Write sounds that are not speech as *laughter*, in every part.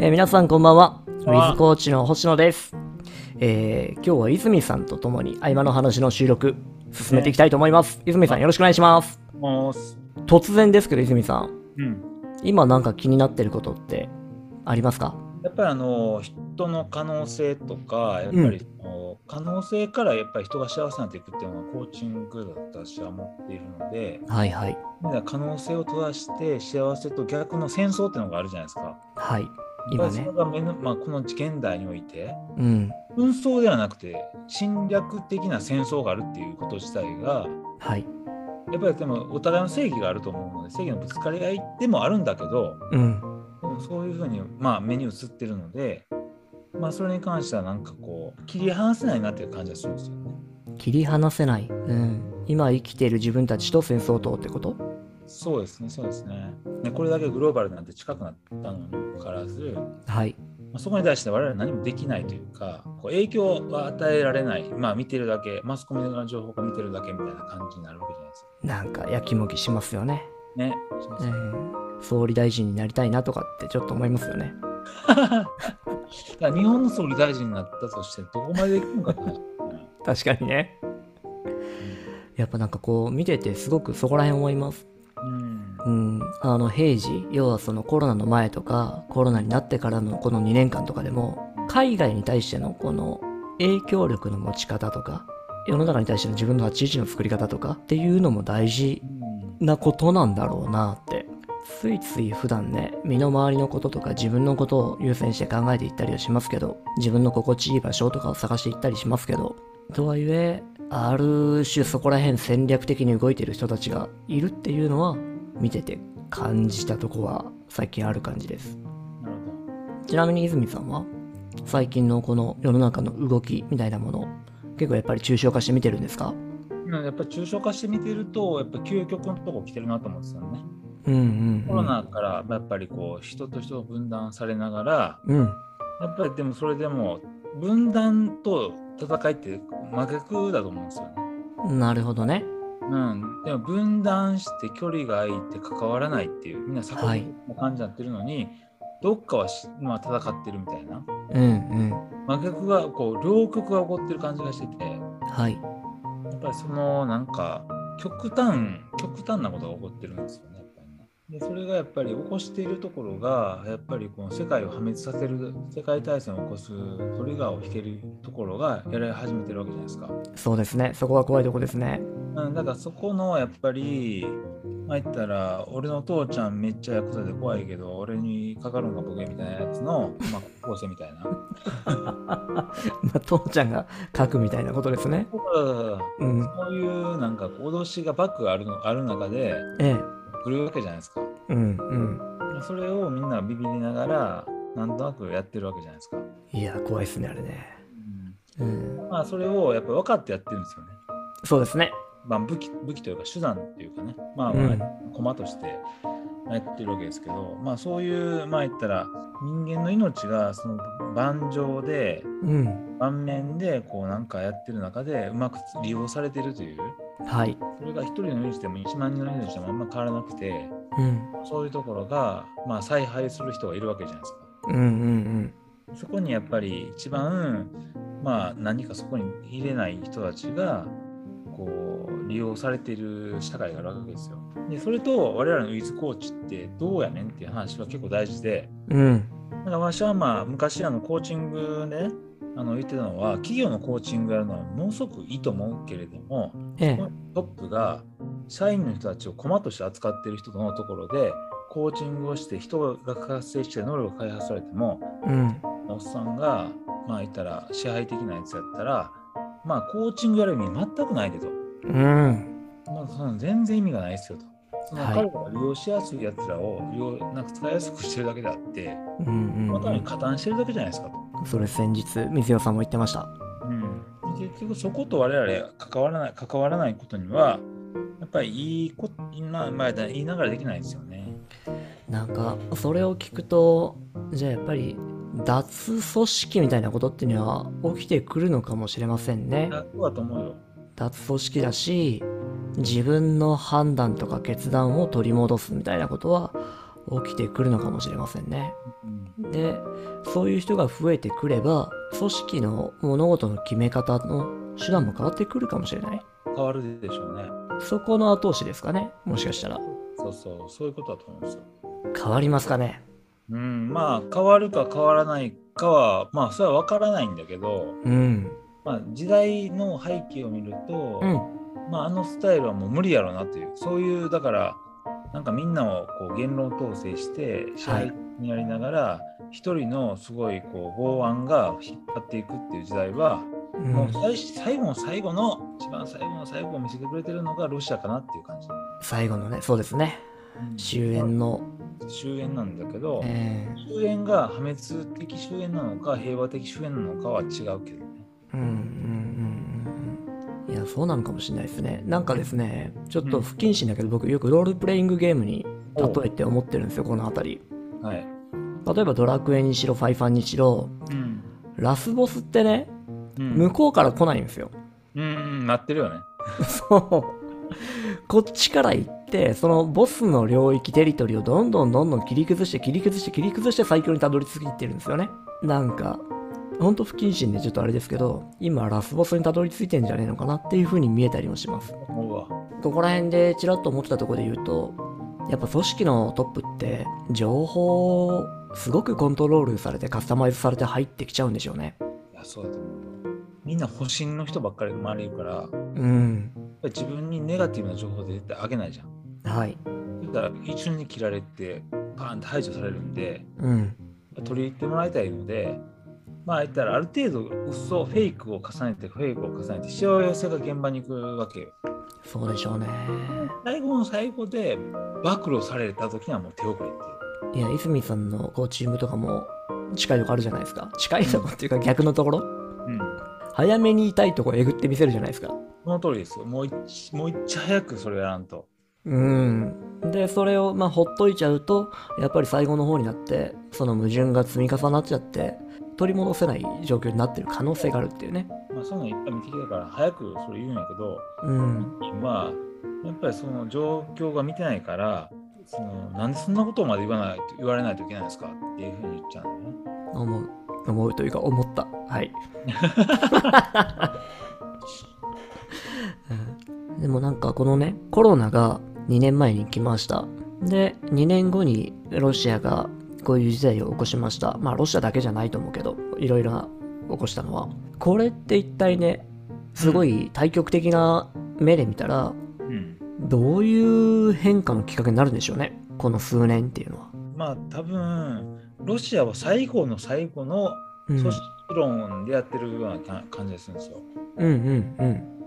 えー皆さんこんばんは。ウこんばんはィズコーチの星野です。えー今日は泉さんとともに合間の話の収録進めていきたいと思います。泉さんよろしくお願いします。もうす突然ですけど泉さん、うん、今なんか気になってることってありますかやっぱりあの人の可能性とかやっぱりその可能性からやっぱり人が幸せになっていくっていうのがコーチングだと私は思っているのではいはい。だから可能性を閉ざして幸せと逆の戦争っていうのがあるじゃないですか。はい。今そねれ。が目の、まあ、この現代においてうん。紛争ではなくて侵略的な戦争があるっていうこと自体がはい。やっぱりでもお互いの正義があると思うので正義のぶつかり合いでもあるんだけどうん。うんそういうふうに、まあ、目に映ってるので、まあ、それに関してはなんかこう切り離せないなっていう感じがするんですよね。切り離せない。うん。今生きている自分たちと戦争とってことそうですねそうですね。ねこれだけグローバルなんて近くなったのにもかかわらず、まはい。あ、そこに対して我々何もできないというかこう影響は与えられない、まあ、見てるだけマスコミの情報が見てるだけみたいな感じになるわけじゃないですか。なんかやきもきしますよね。ね。うん。総理大臣になりたいなとかってちょっと思いますよね。だから日本の総理大臣になったとしてどこまでいくのかって話ですね確かにね。やっぱなんかこう見ててすごくそこら辺思います。うんうん。あの平時、要はそのコロナの前とかコロナになってからのこの2年間とかでも海外に対してのこの影響力の持ち方とか世の中に対しての自分の立ち位置の作り方とかっていうのも大事うんなことなんだろうなって。ついつい普段ね、身の回りのこととか自分のことを優先して考えていったりはしますけど、自分の心地いい場所とかを探していったりしますけど、とはいえ、ある種そこら辺戦略的に動いてる人たちがいるっていうのは、見てて感じたとこは最近ある感じです。なるほどちなみに泉さんは、最近のこの世の中の動きみたいなもの、結構やっぱり抽象化して見てるんですかうんやっぱり抽象化して見てると、やっぱ究極のとこ来てるなと思うんですよね。うんうん、うん。コロナからやっぱりこう人と人を分断されながら、うん。やっぱりでもそれでも分断と戦いって真逆だと思うんですよね。なるほどね。うん、でも分断して距離が空いて関わらないっていうみんな錯はい覚な感じになってるのに、どっかはし、まあ、戦ってるみたいなうんうん。真逆がこう両極が起こってる感じがしててやはい。っぱりそのなんか極端極端なことが起こってるんですよねやっぱりねでそれがやっぱり起こしているところがやっぱりこの世界を破滅させる世界大戦を起こすトリガーを引けるところがやられ始めてるわけじゃないですか、そうですね。そこが怖いとこですね。 *laughs* うん、だからそこのやっぱりまあ言ったら俺の父ちゃんめっちゃヤクザで怖いけど俺にかかるのかボケみたいなやつの、まあ、高校生みたいなまあ、父ちゃんが書くみたいなことですね。うん。そういうなんか脅しがバックがあるのある中でええ。来るわけじゃないですかうんうん。それをみんなビビりながらなんとなくやってるわけじゃないですか、いや、怖いっすね、あれね。うん。まあそれをやっぱり分かってやってるんですよね、そうですね。まあ、武器武器というか手段というかねまあうん駒としてやってるわけですけど、まあそういうまあ言ったら人間の命がその盤上でうん。盤面でこうなんかやってる中でうまく利用されてるというはい。それが一人の命でも一万人の命でもあんま変わらなくてうん。そういうところが、まあ、采配する人がいるわけじゃないですか。うんうんそこにやっぱり一番、まあ、何かそこに入れない人たちがこう利用されている社会があるわけですよ。でそれと我々のウィズコーチってどうやねんっていう話は結構大事でうん。うん。なんか私はまあ昔あのコーチングで、ね、あの言ってたのは企業のコーチングやるのはものすごくいいと思うけれどもええ。トップが社員の人たちを駒として扱っている人のところでコーチングをして人が活性して能力が開発されてもうん。おっさんがまあ言ったら支配的なやつやったらまあコーチングやる意味全くないでと、うん。まあ、その全然意味がないですよとそのはい彼らが利用しやすいやつらを利用なんか使いやすくしてるだけであってうんまうたにん。加担してるだけじゃないですかと、それ先日、水代さんも言ってました。結局そこと我々関わらない関わらないことにはやっぱりいいこと今まあ言いながらできないですよねなんか、それを聞くと、じゃあやっぱり、脱組織みたいなことっていうのは起きてくるのかもしれませんね。楽だと思うよ脱組織だし自分の判断とか決断を取り戻すみたいなことは起きてくるのかもしれませんね。うんでそういう人が増えてくれば組織の物事の決め方の手段も変わってくるかもしれない変わるでしょうね。そこの後押しですかねもしかしたらそうそう、そういうことだと思うんですよ。変わりますかねうん、まあ変わるか変わらないかは、まあそれは分からないんだけど、うんまあ、時代の背景を見ると、うんまあ、あのスタイルはもう無理やろうなというそういうだからなんかみんなをこう言論統制して支配にやりながら一、人のすごいこう剛腕が引っ張っていくっていう時代は、うんもう最最後の最後の一番最後の最後を見せてくれてるのがロシアかなっていう感じ。最後のねそうですね終焉の、終焉なんだけど、え終焉が破滅的終焉なのか平和的終焉なのかは違うけどね。ーうんうんうんうんいやそうなのかもしれないですねなんかですねちょっと不謹慎だけど僕よくロールプレイングゲームに例えて思ってるんですよこの辺りはい。例えばドラクエにしろファイファンにしろうん。ラスボスってねうん向こうから来ないんですよ、 *laughs* うんうん、なってるよね。そうこっちから行ってそのボスの領域テリトリーをどんどんどんどん切り崩して切り崩して切り崩して最強にたどり着いてるんですよねなんかほんと不謹慎でちょっとあれですけど今ラスボスにたどり着いてんじゃねえのかなっていう風に見えたりもします思うわ。ここら辺でちらっと思ってたところで言うとやっぱ組織のトップって情報をすごくコントロールされてカスタマイズされて入ってきちゃうんでしょうねいや、そうだと思うわ。みんな保身の人ばっかり生まれるから、やっぱうんり自分にネガティブな情報で絶対あげないじゃん。はいだから一瞬に切られて、パーンって排除されるんで、うん取り入ってもらいたいので、まあ言ったらある程度嘘、フェイクを重ねて、フェイクを重ねて、しわ寄せが現場に行くわけよ。そうでしょうね最後の最後で暴露された時にはもう手遅れっていう。いや、泉さんのこうチームとかも近いとこあるじゃないですか。近いとこっていうか逆のところうん。早めに痛いとこえぐってみせるじゃないですか。その通りですよ。もう一もう一早くそれやらんと。うん。で、それをまあほっといちゃうと、やっぱり最後の方になって、その矛盾が積み重なっちゃって、取り戻せない状況になってる可能性があるっていうね。まあそういうのいっぱい見てきたから、早くそれ言うんやけど、うん。まあやっぱりその状況が見てないからそのなんでそんなことまで言わない言われないといけないんですかっていうふうに言っちゃうんだよね。思う。思うというか思った。はい。うんでもなんかこのね、コロナが2年前に来ました。で、2年後にロシアがこういう事態を起こしました。まあロシアだけじゃないと思うけど、いろいろな起こしたのは。これって一体ね、すごい対極的な目で見たら、うん、どういう変化のきっかけになるんでしょうね。この数年っていうのは。まあ多分ロシアは最後の最後のうん、組織論でやってるようなか感じがするんですよ。うんうん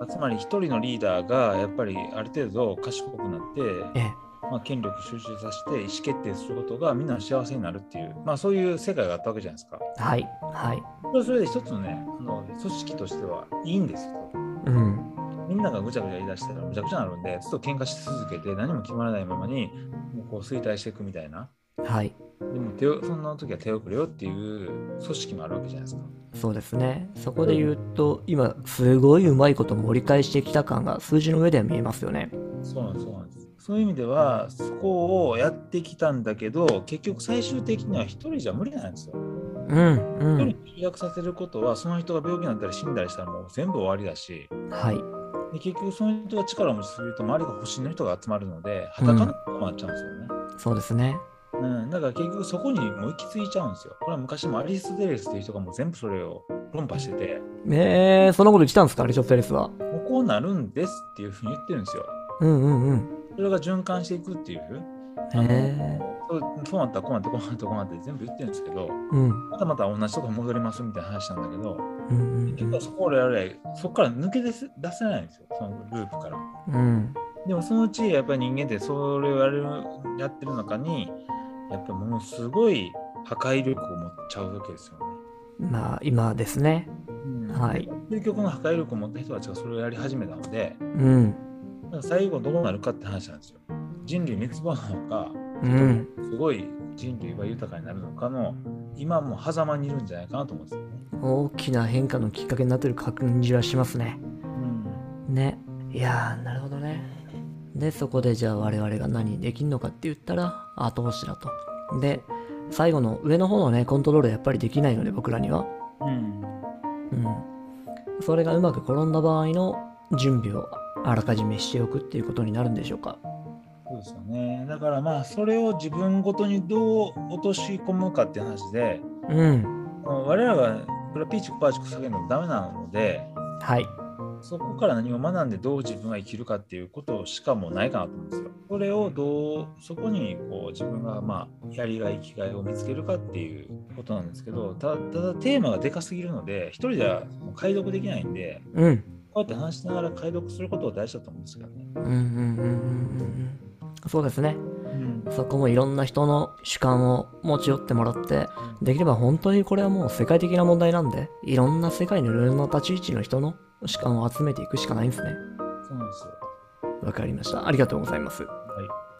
うん。つまり一人のリーダーがやっぱりある程度賢くなって、ええ。まあ、権力集中させて意思決定することがみんな幸せになるっていう、まあ、そういう世界があったわけじゃないですか。はいはいそれはそれで一つのねあの組織としてはいいんですよ。うんみんながぐちゃぐちゃ言い出したらむちゃくちゃになるんで、ずっと喧嘩し続けて何も決まらないままにもうこう衰退していくみたいな。はいでも手をそんな時は手遅れよっていう組織もあるわけじゃないですか。そうですねそこで言うと今すごいうまいこと盛り返してきた感が数字の上では見えますよねそうなんです、そうなんです。そういう意味では、そこをやってきたんだけど、結局最終的には一人じゃ無理なんですよ。うんう一人んに集約させることは、その人が病気になったり死んだりしたらもう全部終わりだし、はいで結局その人が力を持ちすぎると周りが保身の人が集まるので、裸の人が集まっちゃうんですよね。そうですねうん、だから結局そこにもう行き着いちゃうんですよ。これは昔もアリストテレスっていう人がもう全部それを論破してて、えー、そんなこと言ってたんですかアリソテレスはもうこうなるんですっていうふうに言ってるんですよ。うんうんうんそれが循環していくっていう。へあのそうそうなったらこうなってこうなってこうなって全部言ってるんですけど、うんまたまた同じとこに戻りますみたいな話なんだけど、うん結局はそこからやれ、そこから抜け出せ出せないんですよ、そのループから。うんうんでもそのうちやっぱり人間ってそれをやるやってる中に、やっぱものすごい破壊力を持っちゃうわけですよね。まあ今ですねうんはい究極の破壊力を持った人たちがそれをやり始めたので、うんだから最後どうなるかって話なんですよ。人類滅亡なのか、うんすごい人類は豊かになるのかの、今もう狭間にいるんじゃないかなと思うんですよね。大きな変化のきっかけになってる感じはしますねうん、ねいやーなるほどねでそこでじゃあ我々が何できんのかって言ったら後押しだとで最後の上の方のね、コントロールやっぱりできないので、僕らには。うん。うん。それがうまく転んだ場合の準備をあらかじめしておくっていうことになるんでしょうか。そうですよね。だからまあ、それを自分ごとにどう落とし込むかっていう話で、うん。我らがこれはピーチクパーチク叫んでもダメなので、はい。そこから何を学んでどう自分が生きるかっていうことしかもうないかなと思うんですよ。それをどう、そこにこう自分がまあ、やりがい、生きがいを見つけるかっていうことなんですけど、たただテーマがでかすぎるので、一人ではもう解読できないんで、うん。こうやって話しながら解読することは大事だと思うんですけどね。うんうんうんうんうんうん。そうですね。うんそこもいろんな人の主観を持ち寄ってもらって、できれば本当にこれはもう世界的な問題なんで、いろんな世界のいろんな立ち位置の人の主観を集めていくしかないんですね。そうなんですよ。わかりました。ありがとうございます。い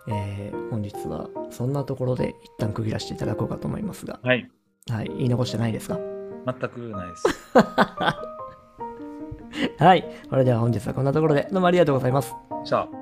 えー本日はそんなところで一旦区切らせていただこうかと思いますが、はい。はい、言い残してないですか *laughs* 全くないです。はい、それでは本日はこんなところで、どうもありがとうございます。じゃあ。